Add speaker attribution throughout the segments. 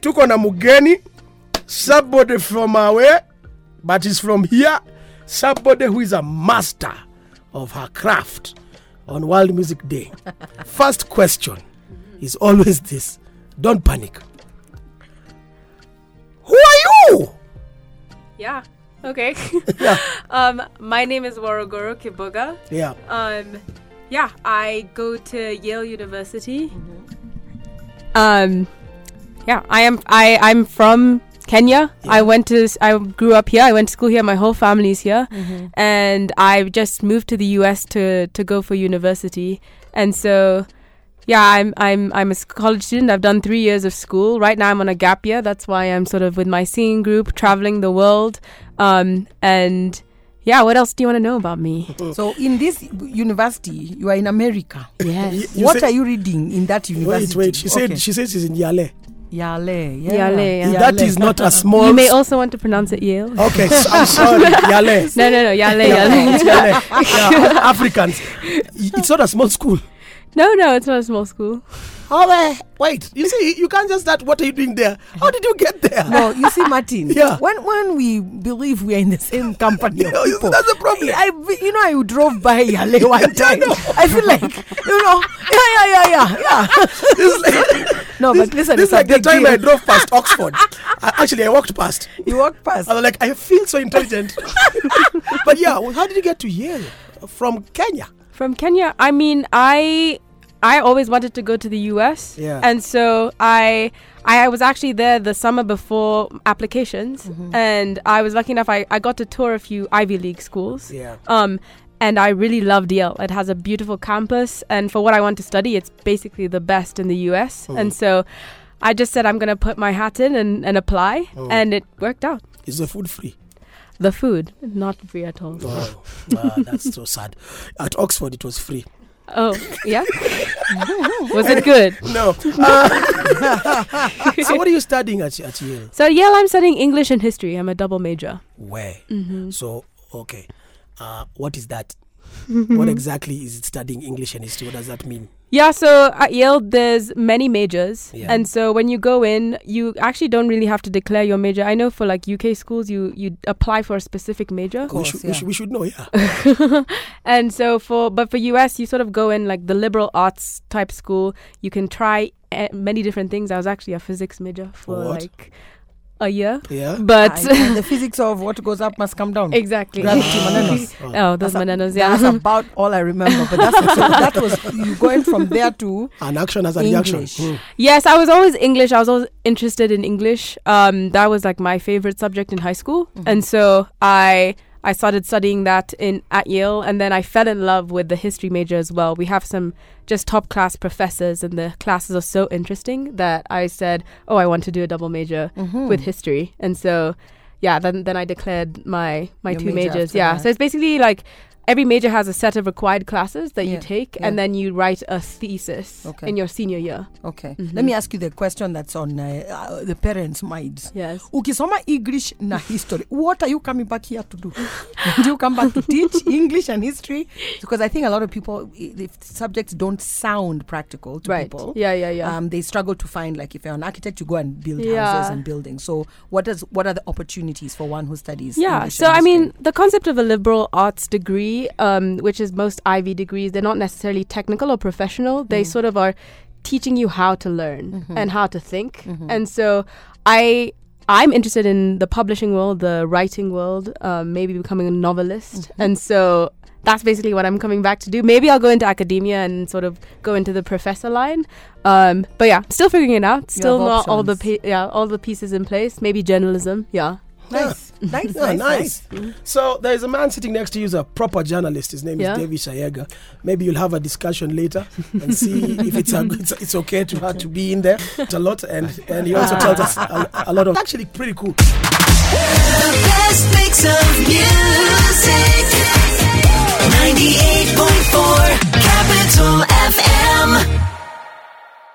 Speaker 1: tuko na mugeni somebody from away but is from here somebody who is a master of her craft on world music day first question is always this don't panic who are you
Speaker 2: Yeah. Okay.
Speaker 1: Yeah.
Speaker 2: um, my name is Warogoro Kiboga.
Speaker 1: yeah
Speaker 2: Um, yeah, I go to Yale University. Um, yeah, I am. I I'm from Kenya. I went to. s- I grew up here. I went to school here. My whole family is here, and I just moved to the U.S. to to go for university. And so, yeah, I'm I'm I'm a s- college student. I've done three years of school. Right now, I'm on a gap year. That's why I'm sort of with my singing group, traveling the world. Um, and yeah, what else do you want to know about me?
Speaker 3: So in this university, you are in America.
Speaker 2: Yes.
Speaker 1: You
Speaker 3: what
Speaker 1: say-
Speaker 3: are you reading in that
Speaker 1: wait
Speaker 3: university?
Speaker 1: wait she said
Speaker 3: Okay.
Speaker 1: she says she's in yale
Speaker 3: Yale. Yeah.
Speaker 2: Yale, yeah.
Speaker 1: that is not a small
Speaker 2: You may also want to pronounce it Yale.
Speaker 1: okay so i'm sorry yale
Speaker 2: No, no, no, Yale,
Speaker 1: Yeah,
Speaker 2: Yale.
Speaker 1: it's Yale. Yeah, Africans. It's not a small school.
Speaker 2: No, no, it's not a small school.
Speaker 1: Oh, eh, wait. You see, you can't just start. What are you doing there? How did you get there?
Speaker 3: No, you see, Martin.
Speaker 1: Yeah.
Speaker 3: When when we believe we are in the same company of
Speaker 1: Yeah, you see,
Speaker 3: people,
Speaker 1: that's the problem.
Speaker 3: I, I- you know, I drove by Yale one time. I feel like, you know, yeah, yeah, yeah, yeah, yeah.
Speaker 1: This is like,
Speaker 3: No,
Speaker 1: this,
Speaker 3: but listen,
Speaker 1: this
Speaker 3: it's
Speaker 1: is like
Speaker 3: a
Speaker 1: the
Speaker 3: big
Speaker 1: time
Speaker 3: deal.
Speaker 1: I drove past Oxford. I, actually, I walked past.
Speaker 3: You walk past.
Speaker 1: I was like, I feel so intelligent. but yeah, well, how did you get to Yale from Kenya?
Speaker 2: From Kenya, I mean, I I always wanted to go to the US.
Speaker 1: Yeah.
Speaker 2: And so I I was actually there the summer before applications
Speaker 1: Mm-hmm.
Speaker 2: and I was lucky enough I, I got to tour a few Ivy League schools.
Speaker 1: Yeah.
Speaker 2: Um and I really loved Yale. It has a beautiful campus and for what I want to study it's basically the best in the US.
Speaker 1: Mm.
Speaker 2: And so I just said I'm gonna put my hat in and, and apply
Speaker 1: Mm.
Speaker 2: and it worked out.
Speaker 1: Is the food free?
Speaker 2: The food, not free at all.
Speaker 1: Oh, ah, that's so sad. At Oxford, it was free.
Speaker 2: Oh, yeah? Was it good?
Speaker 1: No. Ah. so, what are you studying at, at Yale?
Speaker 2: So at Yale, I'm studying English and history. I'm a double major.
Speaker 1: where.
Speaker 3: Mm-hmm.
Speaker 1: So, okay, uh, what is that? what exactly is it studying English and history? What does that mean?
Speaker 2: Yeah, so at Yale, there's many majors.
Speaker 1: Yeah.
Speaker 2: And so when you go in, you actually don't really have to declare your major. I know for like UK schools, you, you apply for a specific major.
Speaker 1: we,
Speaker 3: course,
Speaker 1: should, we,
Speaker 3: yeah.
Speaker 1: should, we should know, yeah.
Speaker 2: And so for, but for US, you sort of go in like the liberal arts type school. You can try eh, many different things. I was actually a physics major for
Speaker 1: What?
Speaker 2: like a year.
Speaker 1: yeah.
Speaker 2: But
Speaker 3: I- Ah, the physics of what goes up must come down.
Speaker 2: exactly.
Speaker 3: Gravity, Mananos.
Speaker 2: Oh, those
Speaker 3: That's a-
Speaker 2: bananas, yeah.
Speaker 3: That's about all I remember. But that's so that was you going from there to
Speaker 1: An action as a reaction.
Speaker 3: English.
Speaker 1: Mm.
Speaker 2: Yes, I was always English. I was always interested in English. Um, that was like my favorite subject in high school,
Speaker 3: Mm-hmm.
Speaker 2: and so I I started studying that in at Yale, and then I fell in love with the history major as well. We have some just top class professors, and the classes are so interesting that I said, "Oh, I want to do a double major
Speaker 3: Mm-hmm.
Speaker 2: with history," and so. Yeah, then then I declared my my
Speaker 3: Your
Speaker 2: two
Speaker 3: major
Speaker 2: majors.
Speaker 3: after
Speaker 2: Yeah,
Speaker 3: that.
Speaker 2: so it's basically like every major has a set of required classes that you
Speaker 3: Yeah,
Speaker 2: take,
Speaker 3: yeah.
Speaker 2: and then you write a thesis
Speaker 3: Okay.
Speaker 2: in your senior year.
Speaker 3: Okay.
Speaker 2: Mm-hmm.
Speaker 3: Let me ask you the question that's on uh, uh, the parents' minds.
Speaker 2: Yes.
Speaker 3: Ukisoma English na history, what are you coming back here to do? do you come back to teach English and history? Because I think a lot of people, i- if subjects don't sound practical to people,
Speaker 2: Yeah, yeah, yeah.
Speaker 3: um, they struggle to find. Like if you're an architect, you go and build houses
Speaker 2: Yeah.
Speaker 3: and buildings. So what does what are the opportunities for one who studies?
Speaker 2: yeah.
Speaker 3: English
Speaker 2: So
Speaker 3: and
Speaker 2: I
Speaker 3: history?
Speaker 2: mean, the concept of a liberal arts degree, um, which is most Ivy degrees, they're not necessarily technical or professional.
Speaker 3: Mm.
Speaker 2: They sort of are teaching you how to learn
Speaker 3: Mm-hmm.
Speaker 2: and how to think. And so I. I'm interested in the publishing world, the writing world, um, maybe becoming a novelist.
Speaker 3: Mm-hmm.
Speaker 2: And so that's basically what I'm coming back to do. Maybe I'll go into academia and sort of go into the professor line. Um, but yeah, still figuring it out.
Speaker 3: You
Speaker 2: Still
Speaker 3: have
Speaker 2: not all the
Speaker 3: options.
Speaker 2: pa- yeah all the pieces in place. Maybe journalism. Yeah.
Speaker 3: nice, nice,
Speaker 1: Yeah,
Speaker 3: nice, nice.
Speaker 1: nice. So there is a man sitting next to you who's a proper journalist. His name
Speaker 2: Yeah.
Speaker 1: is David Shayega. Maybe you'll have a discussion later and see if it's a, it's, it's okay to her to be in there. It's a lot, and and he
Speaker 3: Ah.
Speaker 1: also tells us a, a lot of actually pretty cool.
Speaker 4: The best mix of music. 98.4 Capital FM.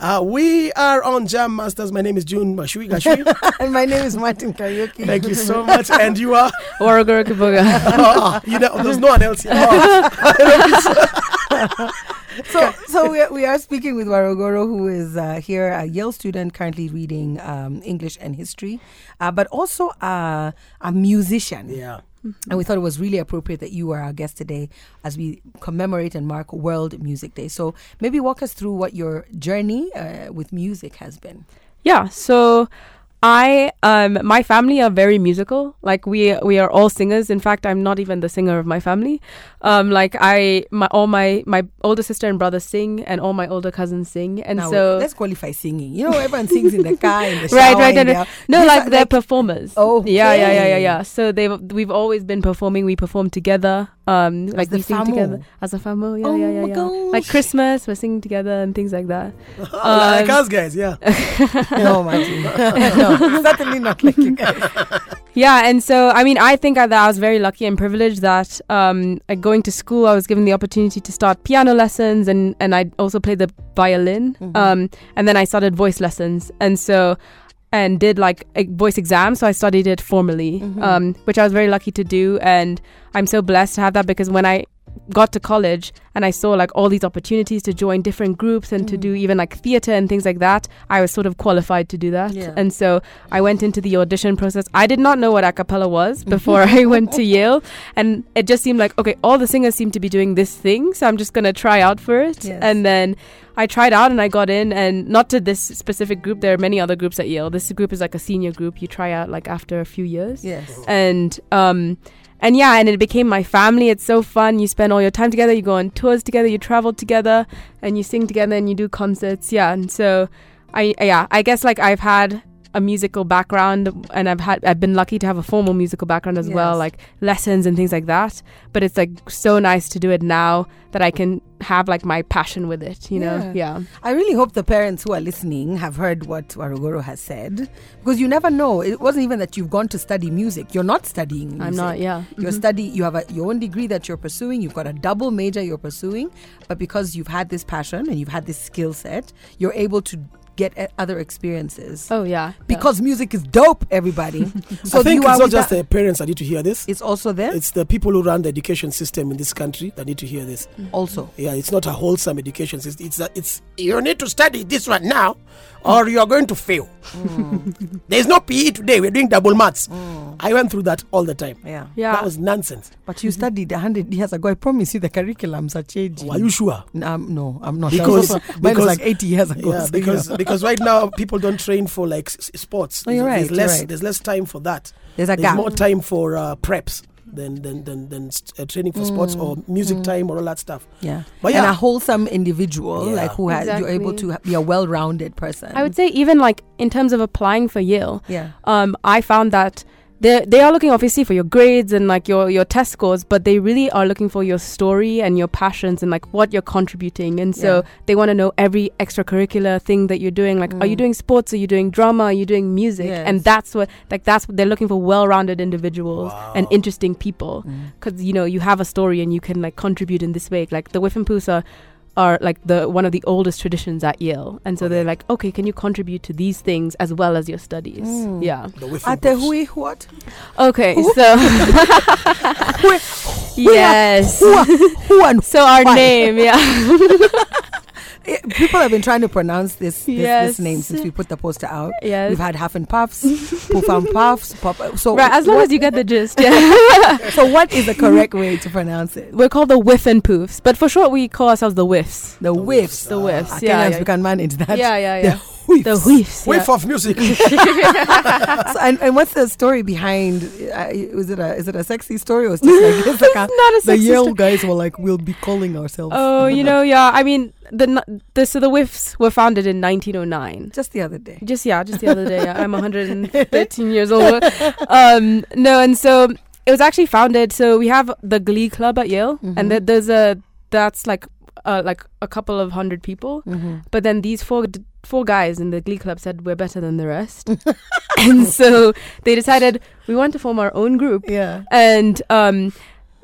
Speaker 1: Uh, we are on Jam Masters. My name is June Mashui Gashui.
Speaker 3: and my name is Martin Karaoke.
Speaker 1: Thank you so much, and you are.
Speaker 2: Waraguru Kiboga.
Speaker 1: Ah, you know, there's no one else. here. Ah.
Speaker 3: so so we are, we are speaking with Warogoro, who is uh, here, a Yale student currently reading um, English and history, uh, but also uh, a musician.
Speaker 1: Yeah.
Speaker 3: And we thought it was really appropriate that you were our guest today as we commemorate and mark World Music Day. So maybe walk us through what your journey uh, with music has been.
Speaker 2: Yeah, so I um my family are very musical. Like we we are all singers. In fact, I'm not even the singer of my family. Um like I my all my my older sister and brother sing and all my older cousins sing. And
Speaker 3: now,
Speaker 2: so
Speaker 3: let's qualify singing. You know, everyone sings in the car, in the shower,
Speaker 2: right, right,
Speaker 3: in
Speaker 2: right.
Speaker 3: their-
Speaker 2: right. No,
Speaker 3: These
Speaker 2: like
Speaker 3: are
Speaker 2: they're performers.
Speaker 3: Oh,
Speaker 2: yeah, yeah, yeah, yeah,
Speaker 3: okay.
Speaker 2: yeah. So they have we've always been performing. We perform together. Um, like
Speaker 3: the
Speaker 2: we sing
Speaker 3: famo.
Speaker 2: together as a family. Yeah,
Speaker 3: Oh
Speaker 2: yeah, yeah,
Speaker 3: my
Speaker 2: yeah.
Speaker 3: gosh.
Speaker 2: Like Christmas, we're singing together and things like that.
Speaker 1: like
Speaker 2: Um,
Speaker 1: us guys, yeah.
Speaker 3: no, Martin. no, certainly not like you guys.
Speaker 2: Yeah, and so I mean, I think I- that I was very lucky and privileged that um, like going to school, I was given the opportunity to start piano lessons, and and I also played the violin, um, and then I started voice lessons, and so and did like a voice exams. So I studied it formally, um, which I was very lucky to do, and I'm so blessed to have that because when I got to college and I saw like all these opportunities to join different groups and to do even like theater and things like that, I was sort of qualified to do that.
Speaker 3: Yeah.
Speaker 2: And so I went into the audition process. I did not know what a cappella was before I went to Yale. And it just seemed like, okay, all the singers seem to be doing this thing. So I'm just going to try out for it.
Speaker 3: Yes.
Speaker 2: And then I tried out and I got in, and not to this specific group. There are many other groups at Yale. This group is like a senior group. You try out like after a few years
Speaker 3: Yes.
Speaker 2: and um and yeah and it became my family it's so fun you spend all your time together you go on tours together you travel together and you sing together and you do concerts yeah and so i yeah i guess like i've had a musical background and i've had i've been lucky to have a formal musical background as well
Speaker 3: Yes.
Speaker 2: like lessons and things like that but it's like so nice to do it now that i can have like my passion with it you know yeah
Speaker 3: I really hope the parents who are listening have heard what Warugoro has said because you never know. It wasn't even that you've gone to study music. You're not studying music.
Speaker 2: I'm not, yeah. Mm-hmm.
Speaker 3: You're study you have a, your own degree that you're pursuing. You've got a double major you're pursuing, but because you've had this passion and you've had this skill set, you're able to get uh, other experiences.
Speaker 2: oh yeah
Speaker 3: Because music is dope, everybody. so
Speaker 1: I think
Speaker 3: you
Speaker 1: it's
Speaker 3: are
Speaker 1: not
Speaker 3: with
Speaker 1: just
Speaker 3: that-
Speaker 1: the parents that need to hear this.
Speaker 3: it's also there.
Speaker 1: It's the people who run the education system in this country that need to hear this.
Speaker 3: also.
Speaker 1: Yeah, it's not a wholesome education system. It's a, it's you need to study this right now, or you are going to fail.
Speaker 3: Mm.
Speaker 1: There's no PE today. We're doing double maths. I went through that all the time.
Speaker 3: Yeah.
Speaker 2: yeah
Speaker 1: That was nonsense.
Speaker 3: But you studied 100 years ago. I promise you the curriculums are changing.
Speaker 1: Are you sure?
Speaker 3: Um, no, I'm not.
Speaker 1: Because-
Speaker 3: Mine was
Speaker 1: because-
Speaker 3: like 80 years ago.
Speaker 1: Yeah,
Speaker 3: so,
Speaker 1: because
Speaker 3: you know.
Speaker 1: because right now people don't train for like s- s- sports.
Speaker 3: No, Oh, you're
Speaker 1: There's
Speaker 3: right, you're
Speaker 1: less
Speaker 3: right.
Speaker 1: there's less time for that.
Speaker 3: there's a
Speaker 1: There's
Speaker 3: gap.
Speaker 1: more time for uh, preps than than than, than st- uh, training for sports or
Speaker 3: Mm.
Speaker 1: music time or all that stuff.
Speaker 3: Yeah.
Speaker 1: But
Speaker 3: And
Speaker 1: yeah.
Speaker 3: a wholesome individual,
Speaker 1: Yeah.
Speaker 3: like who has, you're able
Speaker 2: Exactly.
Speaker 3: to ha- be a well rounded person.
Speaker 2: i would say even like in terms of applying for yale
Speaker 3: Yeah.
Speaker 2: um, I found that they they are looking obviously for your grades and like your your test scores, but they really are looking for your story and your passions and like what you're contributing. And so
Speaker 3: Yeah.
Speaker 2: they want to know every extracurricular thing that you're doing. Like, are you doing sports? Are you doing drama? Are you doing music?
Speaker 3: Mm. Yes.
Speaker 2: And that's what like that's what they're looking for: well-rounded individuals and interesting people,
Speaker 1: Mm.
Speaker 2: because you know you have a story and you can like contribute in this way. Like the Whiffenpoos are are like the one of the oldest traditions at Yale, and so they're like, okay, can you contribute to these things as well as your studies?
Speaker 3: Mm.
Speaker 2: Yeah.
Speaker 1: The whiffing
Speaker 3: At Ah, the
Speaker 1: post.
Speaker 3: Hui, what?
Speaker 2: Okay, so yes.
Speaker 3: Who, who and
Speaker 2: So our
Speaker 3: Why?
Speaker 2: name, yeah.
Speaker 3: eh, people have been trying to pronounce this this, this
Speaker 2: Yes.
Speaker 3: name since we put the poster out.
Speaker 2: Yes.
Speaker 3: We've had half and puffs, poof and puffs. Pop, eh, so
Speaker 2: Right, as long
Speaker 3: what,
Speaker 2: as you get the gist. Yeah.
Speaker 3: so what is the correct way to pronounce it?
Speaker 2: We're called the Whiff and Poofs, but for short we call ourselves the Whiffs.
Speaker 3: The whiffs.
Speaker 2: The Whiffs.
Speaker 3: Ah,
Speaker 2: yeah,
Speaker 3: Kenyans,
Speaker 2: yeah.
Speaker 3: we can manage that.
Speaker 2: yeah, yeah,
Speaker 3: The
Speaker 2: yeah.
Speaker 3: whiffs.
Speaker 2: The Whiffs.
Speaker 1: wave
Speaker 2: yeah.
Speaker 1: of music.
Speaker 3: So, and, and what's the story behind? Uh, is it a is it a sexy story or is it just like, it's like
Speaker 2: Not
Speaker 3: a,
Speaker 2: a
Speaker 3: the
Speaker 2: sexist-
Speaker 3: Yale guys were like we'll be calling ourselves
Speaker 2: Oh, you know, yeah. I mean, the n- the so the Whiffs were founded in 1909.
Speaker 3: just the other day.
Speaker 2: Just yeah, just the other day. I'm 113 years old. Um, no, and so it was actually founded. So we have the Glee Club at Yale, and th- there's a that's like uh, like a couple of hundred people. But then these four d- four guys in the Glee Club said we're better than the rest, and so they decided we want to form our own group
Speaker 3: Yeah.
Speaker 2: and um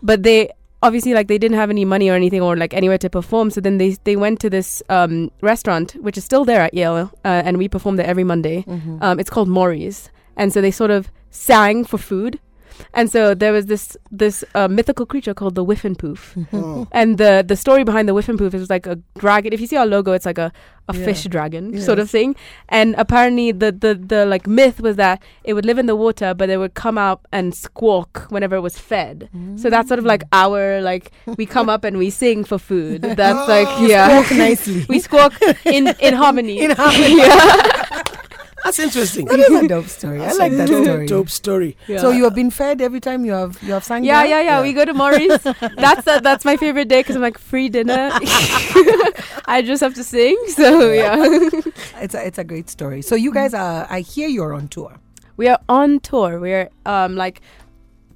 Speaker 2: but they obviously like they didn't have any money or anything or like anywhere to perform so then they they went to this um restaurant which is still there at Yale uh, and we perform there every Monday um it's called Maury's and so they sort of sang for food And so there was this this uh, mythical creature called the Whiffenpoof,
Speaker 1: Hmm.
Speaker 2: and the the story behind the Whiffenpoof is like a dragon. If you see our logo, it's like a, a fish dragon sort of thing. And apparently, the, the the like myth was that it would live in the water, but it would come out and squawk whenever it was fed. So that's sort of like our like we come up and we sing for food. That's like yeah,
Speaker 3: Walk nicely.
Speaker 2: we squawk in in harmony.
Speaker 3: In harmony.
Speaker 2: yeah.
Speaker 1: That's interesting.
Speaker 3: That is a dope story. I
Speaker 1: That's
Speaker 3: like
Speaker 1: a
Speaker 3: that
Speaker 1: dope,
Speaker 3: story.
Speaker 1: Dope story.
Speaker 3: So you have been fed every time you have you have sang.
Speaker 2: Yeah,
Speaker 3: there?
Speaker 2: yeah, yeah. We go to Maurice. that's uh, that's my favorite day because I'm like free dinner. I just have to sing. So yeah,
Speaker 3: It's a, it's a great story. So
Speaker 2: Mm-hmm.
Speaker 3: you guys are. I hear you're on tour.
Speaker 2: we are on tour. We are um like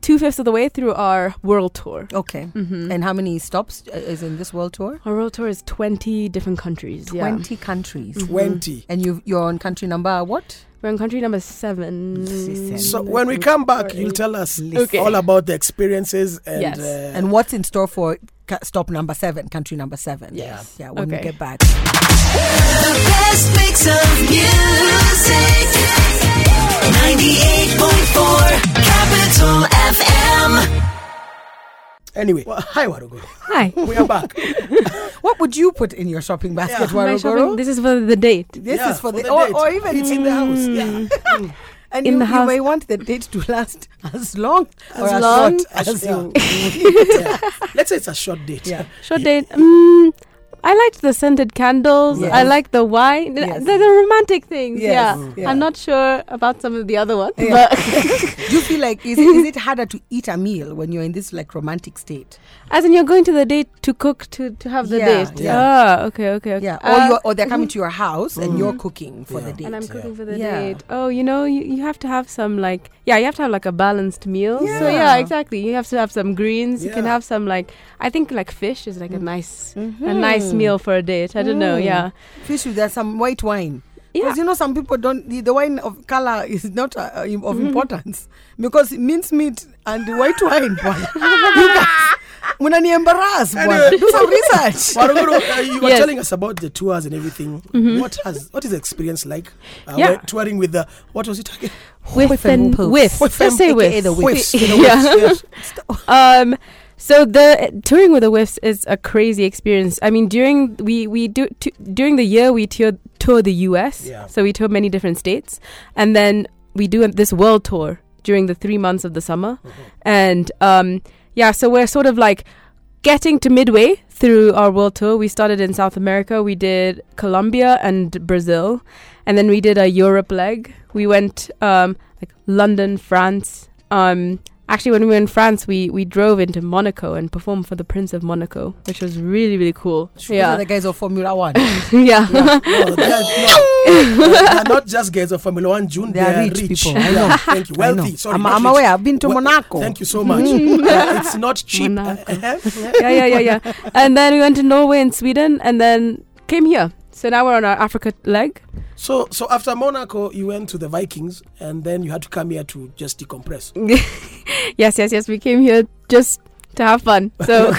Speaker 2: two fifths of the way through our world tour.
Speaker 3: Okay.
Speaker 2: Mm-hmm.
Speaker 3: And how many stops uh, is in this world tour?
Speaker 2: Our world tour is twenty different countries. Yeah,
Speaker 3: Twenty countries.
Speaker 2: Mhm.
Speaker 1: 20.
Speaker 3: And you you're on country number what?
Speaker 2: we're in country number seven.
Speaker 1: So when we come back, you'll tell us
Speaker 2: Okay.
Speaker 1: all about the experiences and.
Speaker 2: Yes.
Speaker 1: Uh,
Speaker 3: And what's in store for ca- stop number seven, country number seven?
Speaker 1: Yes.
Speaker 3: Yeah. When we
Speaker 2: Okay.
Speaker 3: get back.
Speaker 4: The best mix of music. 98.4 Capital FM.
Speaker 1: anyway, well, hi, Warugo.
Speaker 2: Hi.
Speaker 1: We are back.
Speaker 3: What would you put in your shopping basket,
Speaker 1: Yeah.
Speaker 2: My shopping-
Speaker 3: Warogoro?
Speaker 2: This is for the date.
Speaker 3: This
Speaker 1: Yeah,
Speaker 3: is for,
Speaker 1: for
Speaker 3: the,
Speaker 1: the
Speaker 3: or,
Speaker 1: date.
Speaker 3: or even Mm.
Speaker 1: It's in the house. Yeah.
Speaker 3: And
Speaker 2: In
Speaker 3: you,
Speaker 2: the
Speaker 3: you
Speaker 2: house.
Speaker 3: may want the date to last as long
Speaker 1: As
Speaker 3: or
Speaker 1: long
Speaker 3: as short
Speaker 1: as-
Speaker 3: as you.
Speaker 1: Yeah. Let's say it's a short date.
Speaker 3: Yeah.
Speaker 2: Short date. Mm, I liked the scented candles.
Speaker 3: Yes.
Speaker 2: I liked the wine. Th-
Speaker 3: Yes.
Speaker 2: They're the romantic things.
Speaker 3: Yes. Mm.
Speaker 2: Yeah.
Speaker 3: Yeah.
Speaker 2: I'm not sure about some of the other ones,
Speaker 3: Yeah.
Speaker 2: but
Speaker 3: Do you feel like is, is it harder to eat a meal when you're in this like romantic state?
Speaker 2: as in you're going to the date to cook to to have the
Speaker 3: Yeah,
Speaker 2: date.
Speaker 1: yeah.
Speaker 2: Ah, okay, okay, okay.
Speaker 3: Yeah. Or
Speaker 2: Uh,
Speaker 3: you're, or they're coming to your house and
Speaker 1: mm-hmm.
Speaker 3: you're cooking for the
Speaker 1: Yeah.
Speaker 3: date.
Speaker 2: and I'm cooking for the
Speaker 3: Yeah.
Speaker 2: date. Oh, you know, you, you have to have some like yeah, you have to have like a balanced meal. So
Speaker 3: Yeah.
Speaker 2: yeah, exactly. You have to have some greens. You can
Speaker 1: Yeah.
Speaker 2: have some like I think like fish is like a nice a nice meal for a date. I don't know. Yeah.
Speaker 3: Fish with there's some white wine.
Speaker 2: Yeah.
Speaker 3: Because you know some people don't the, the wine of color is not uh, uh, im- of
Speaker 2: Mm-hmm.
Speaker 3: importance because mincemeat and white wine. bwana. you guys, mnani embarrass. bwana. Do some research.
Speaker 1: Waruguru, uh, you were
Speaker 2: Yes.
Speaker 1: telling us about the tours and everything.
Speaker 3: Mm-hmm.
Speaker 1: What has what is the experience like? Uh,
Speaker 2: Yeah.
Speaker 1: when Touring with the what was it again?
Speaker 2: With
Speaker 3: Whiff and
Speaker 2: and
Speaker 3: Whoops.
Speaker 2: with. Let's
Speaker 3: Whiff and-
Speaker 2: say
Speaker 3: aka
Speaker 2: with.
Speaker 3: the
Speaker 1: Whiffs.
Speaker 2: Yeah.
Speaker 1: you know, whiffs, yes.
Speaker 2: um so the touring with the whiffs is a crazy experience i mean during we we do t- during the year we tour tour the us
Speaker 1: Yeah.
Speaker 2: so we tour many different states and then we do this world tour during the three months of the summer and um yeah so we're sort of like getting to midway through our world tour we started in south america we did colombia and brazil and then we did a europe leg we went um like london france um actually when we were in france we we drove into monaco and performed for the prince of monaco which was really really cool
Speaker 3: Those are
Speaker 2: yeah
Speaker 3: the guys of Formula One.
Speaker 2: yeah
Speaker 1: No, they are, no. they are not just guys of Formula One June.
Speaker 3: They are rich people. I
Speaker 1: Yeah, thank you.
Speaker 3: I know.
Speaker 1: Wealthy. Sorry,
Speaker 3: I'm,
Speaker 1: not
Speaker 3: I'm
Speaker 1: rich.
Speaker 3: aware. Mm-hmm. I've been to
Speaker 1: Well,
Speaker 3: Monaco.
Speaker 1: Thank you so much. Yeah, it's not cheap.
Speaker 2: Monaco.
Speaker 1: Uh-huh.
Speaker 2: yeah yeah yeah yeah and then we went to norway and sweden and then came here so now we're on our africa leg
Speaker 1: so so after Monaco, you went to the Vikings, and then you had to come here to just decompress.
Speaker 2: yes yes yes we came here just to have fun so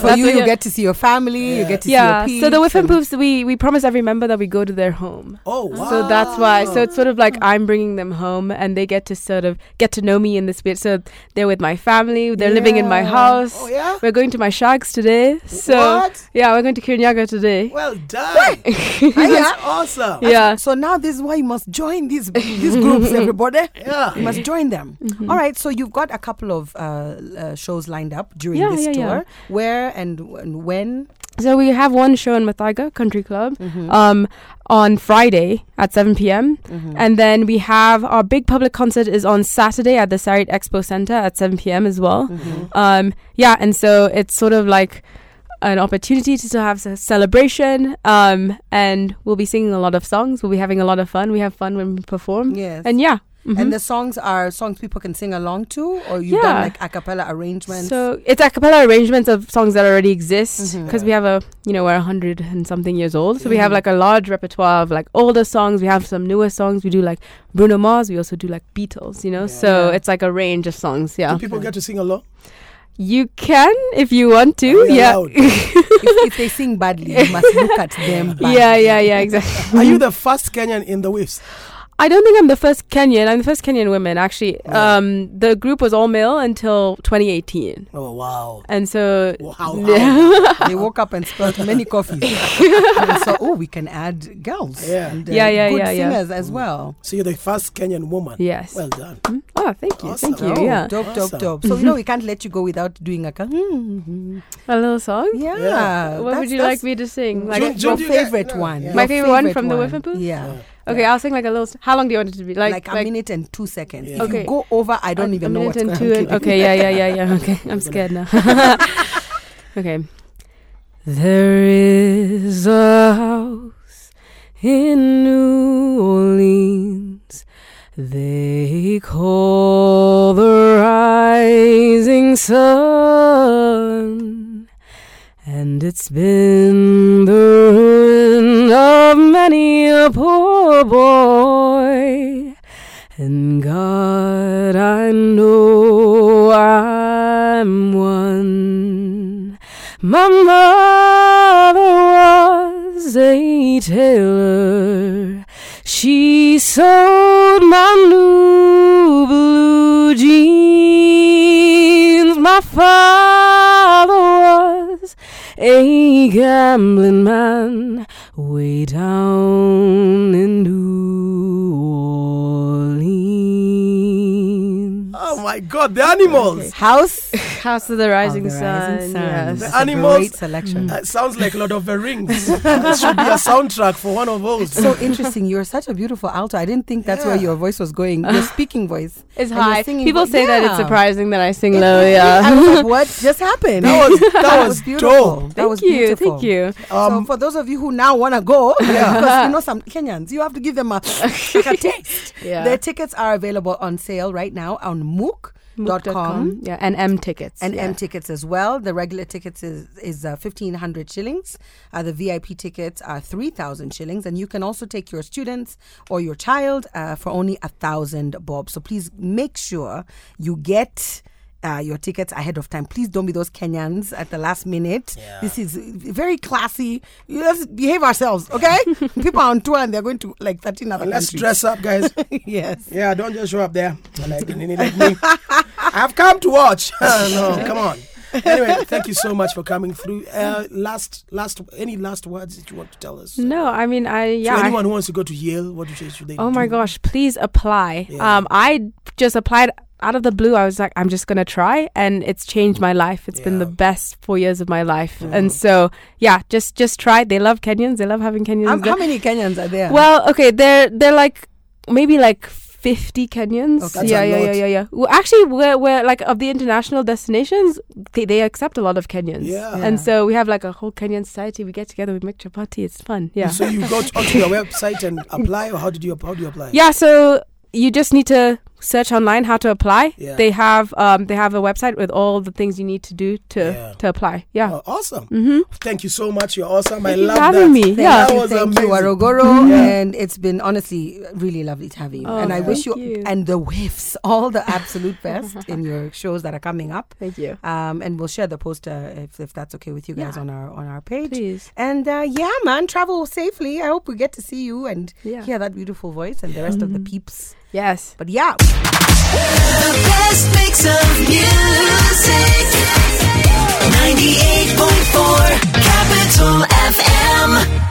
Speaker 3: for
Speaker 2: That's
Speaker 3: you,
Speaker 2: what
Speaker 3: you
Speaker 2: you-
Speaker 3: get to see your family. You
Speaker 1: Yeah.
Speaker 3: get to
Speaker 2: yeah
Speaker 3: see your
Speaker 2: so the
Speaker 3: peeps
Speaker 2: whiff and
Speaker 3: and-
Speaker 2: poofs we we promise every member that we go to their home
Speaker 1: Oh wow!
Speaker 2: So that's why. So it's sort of like I'm bringing them home, and they get to sort of get to know me in this way. So they're with my family. They're living in my
Speaker 3: Yeah.
Speaker 2: house.
Speaker 1: Oh yeah.
Speaker 2: We're going to my shags today. So
Speaker 3: What?
Speaker 2: yeah, we're going to Kirinyaga today.
Speaker 1: Well done.
Speaker 3: yeah.
Speaker 1: That's awesome.
Speaker 2: Yeah.
Speaker 3: So now this is why you must join these these groups, everybody.
Speaker 1: Yeah.
Speaker 3: You must join them.
Speaker 2: Mm-hmm.
Speaker 3: All right. So you've got a couple of uh, uh, shows lined up during
Speaker 2: Yeah,
Speaker 3: this
Speaker 2: yeah, yeah.
Speaker 3: tour. Where and, and when?
Speaker 2: So we have one show in Mathaga Country Club
Speaker 1: Mm-hmm,
Speaker 2: um, on Friday at 7 p.m.
Speaker 1: mm-hmm.
Speaker 2: And then we have our big public concert is on Saturday at the Sarit Expo Center at 7 p.m. as well.
Speaker 3: Mm-hmm.
Speaker 2: Um, yeah, and so it's sort of like an opportunity to still have a celebration. Um, and we'll be singing a lot of songs. We'll be having a lot of fun. We have fun when we perform.
Speaker 3: Yes.
Speaker 2: um, And yeah. mm-hmm.
Speaker 3: And the songs are songs people can sing along to, or you've done
Speaker 2: Yeah.
Speaker 3: like a cappella arrangements.
Speaker 2: So it's a cappella arrangements of songs that already exist because we have a you know we're a hundred and something years old, so we have like a large repertoire of like older songs. We have some newer songs. We do like Bruno Mars. We also do like Beatles. You know, so it's like a range of songs.
Speaker 1: Do
Speaker 2: Yeah,
Speaker 1: people get to sing along?
Speaker 2: you can if you want to.
Speaker 1: Are we
Speaker 2: Yeah.
Speaker 1: allowed?
Speaker 3: if, if they sing badly, you must look at them. Badly.
Speaker 2: yeah, yeah, yeah, exactly.
Speaker 1: Are you the first Kenyan in the waves?
Speaker 2: I don't think I'm the first Kenyan. I'm the first Kenyan woman, actually. Um, the group was all male until 2018.
Speaker 1: Oh wow.
Speaker 2: And so,
Speaker 1: Wow. how-
Speaker 3: they woke up and spilled many coffees. and so, oh, we can add girls.
Speaker 1: Yeah.
Speaker 3: And, uh,
Speaker 2: Yeah, yeah,
Speaker 3: good
Speaker 2: yeah, yeah.
Speaker 3: singers as well.
Speaker 1: So you're the first Kenyan woman.
Speaker 2: Yes.
Speaker 1: Well done.
Speaker 2: oh, thank you. Thank
Speaker 1: Awesome.
Speaker 2: you. Yeah.
Speaker 3: Dope, dope,
Speaker 1: Awesome.
Speaker 3: dope. So, you know, we can't let you go without doing a. mm
Speaker 2: A little song?
Speaker 3: Yeah.
Speaker 1: Yeah.
Speaker 2: What
Speaker 3: Uh, That's-
Speaker 2: would you
Speaker 3: that's Mm.
Speaker 2: like me to sing? Like,
Speaker 1: Jun- Jun-
Speaker 3: your, your
Speaker 1: do you get-
Speaker 3: favorite
Speaker 1: no,
Speaker 3: one.
Speaker 1: yeah.
Speaker 3: Your
Speaker 2: My favorite one from the
Speaker 3: one.
Speaker 2: Whiffen Booth?
Speaker 3: Yeah.
Speaker 2: okay, I'll sing like a little. s- How long do you want it to be? Like,
Speaker 3: Like, a minute and two seconds. If
Speaker 2: Okay.
Speaker 3: you go over, I don't
Speaker 2: a-
Speaker 3: even
Speaker 2: a
Speaker 3: know
Speaker 2: minute and
Speaker 3: what's going
Speaker 2: two and-
Speaker 3: on.
Speaker 2: okay, yeah, yeah, yeah, yeah. Okay, I'm scared now. okay. There is a house in New Orleans they call the rising sun, and it's been the ruin of many a poor boy. And God, I know I'm one. My mother was a tailor. She sewed my new blue jeans. My father was a gambling man way down in New Orleans.
Speaker 1: Oh my God, the animals.
Speaker 3: House.
Speaker 2: House of the Rising,
Speaker 3: of the Rising
Speaker 2: Sun. Mm.
Speaker 3: Sun.
Speaker 2: Yes.
Speaker 1: The
Speaker 3: That's a
Speaker 1: animals.
Speaker 3: Great selection.
Speaker 1: That sounds like Lord of the Rings. that should be a soundtrack for one of those.
Speaker 3: so interesting. You're such a beautiful alto. I didn't think that's where
Speaker 1: Yeah.
Speaker 3: your voice was going. Your speaking voice.
Speaker 2: It's
Speaker 3: And your
Speaker 2: high.
Speaker 3: singing
Speaker 2: People
Speaker 3: voice-
Speaker 2: say that it's
Speaker 3: Yeah.
Speaker 2: surprising that I sing
Speaker 3: It
Speaker 2: low.
Speaker 3: was-
Speaker 2: Yeah.
Speaker 3: I was like, what just happened?
Speaker 1: That was- that was
Speaker 3: beautiful.
Speaker 1: dope.
Speaker 3: That
Speaker 2: thank
Speaker 3: was
Speaker 2: you.
Speaker 3: beautiful.
Speaker 2: Thank you.
Speaker 1: Um,
Speaker 3: so for those of you who now want to go, because you know some Kenyans, you have to give them a, like a taste.
Speaker 2: Yeah.
Speaker 3: Their tickets are available on sale right now on mook.com.
Speaker 2: Yeah, and M tickets.
Speaker 3: And
Speaker 2: yeah.
Speaker 3: M tickets as well. The regular tickets is, is uh, 1,500 shillings. Uh, the VIP tickets are 3,000 shillings. And you can also take your students or your child uh, for only a 1,000 bob. So please make sure you get. Uh, your tickets ahead of time. Please don't be those Kenyans at the last minute. This is very classy. Let's behave ourselves, okay? People are on tour and they're going to like 13 other
Speaker 1: let's
Speaker 3: countries.
Speaker 1: dress up, guys.
Speaker 3: yes.
Speaker 1: Yeah, don't just show up there like, nini like me. I've come to watch. no, come on. Anyway, thank you so much for coming through. Uh, last, last, any last words that you want to tell us?
Speaker 2: No, I mean, I
Speaker 1: So
Speaker 2: yeah. I-
Speaker 1: anyone who wants to go to Yale, what do you say should they
Speaker 2: oh my
Speaker 1: do?
Speaker 2: gosh, please apply.
Speaker 1: Yeah.
Speaker 2: Um, I just applied out of the blue. I was like, I'm just gonna try, and it's changed my life. It's been
Speaker 1: Yeah. Mm-hmm.
Speaker 2: the best four years of my life, and so yeah, just just try. They love Kenyans. They love having Kenyans.
Speaker 3: How,
Speaker 2: there.
Speaker 3: Um, how many Kenyans are there?
Speaker 2: Well, okay, they're they're like maybe like fifty Kenyans.
Speaker 3: Okay.
Speaker 1: That's
Speaker 2: yeah,
Speaker 1: a
Speaker 2: yeah, yeah,
Speaker 1: lot.
Speaker 2: yeah, yeah. Well, actually, we're, we're like of the international destinations, they, they accept a lot of Kenyans.
Speaker 1: Yeah.
Speaker 2: And so we have like a whole Kenyan society. We get together, we make chapati. It's fun. Yeah.
Speaker 1: So you go to, onto your website and apply, or how did you how do you apply?
Speaker 2: Yeah. So you just need to search online how to apply.
Speaker 1: Yeah.
Speaker 2: They have um they have a website with all the things you need to do to
Speaker 1: Yeah.
Speaker 2: to apply. Yeah.
Speaker 1: Oh, awesome. Mm-hmm. Thank you so much. You're awesome. I
Speaker 2: you
Speaker 1: love
Speaker 2: for having
Speaker 1: that.
Speaker 2: me.
Speaker 1: That
Speaker 2: Yeah.
Speaker 3: Thank you,
Speaker 1: was
Speaker 3: thank you,
Speaker 1: amazing.
Speaker 3: Warogoro.
Speaker 1: Yeah.
Speaker 3: And it's been honestly really lovely to have you.
Speaker 2: Oh,
Speaker 3: and I wish you,
Speaker 2: thank you.
Speaker 3: and the whiffs, all the absolute best in your shows that are coming up.
Speaker 2: Thank you.
Speaker 3: Um, and we'll share the poster if, if that's okay with you guys
Speaker 2: Yeah.
Speaker 3: on our on our page.
Speaker 2: Please.
Speaker 3: And uh, yeah, man, travel safely. I hope we get to see you and
Speaker 2: Yeah. Mm-hmm.
Speaker 3: hear that beautiful voice and the rest of the peeps.
Speaker 2: Yes.
Speaker 3: But yeah,
Speaker 4: The best mix of music. 98.4 Capital FM.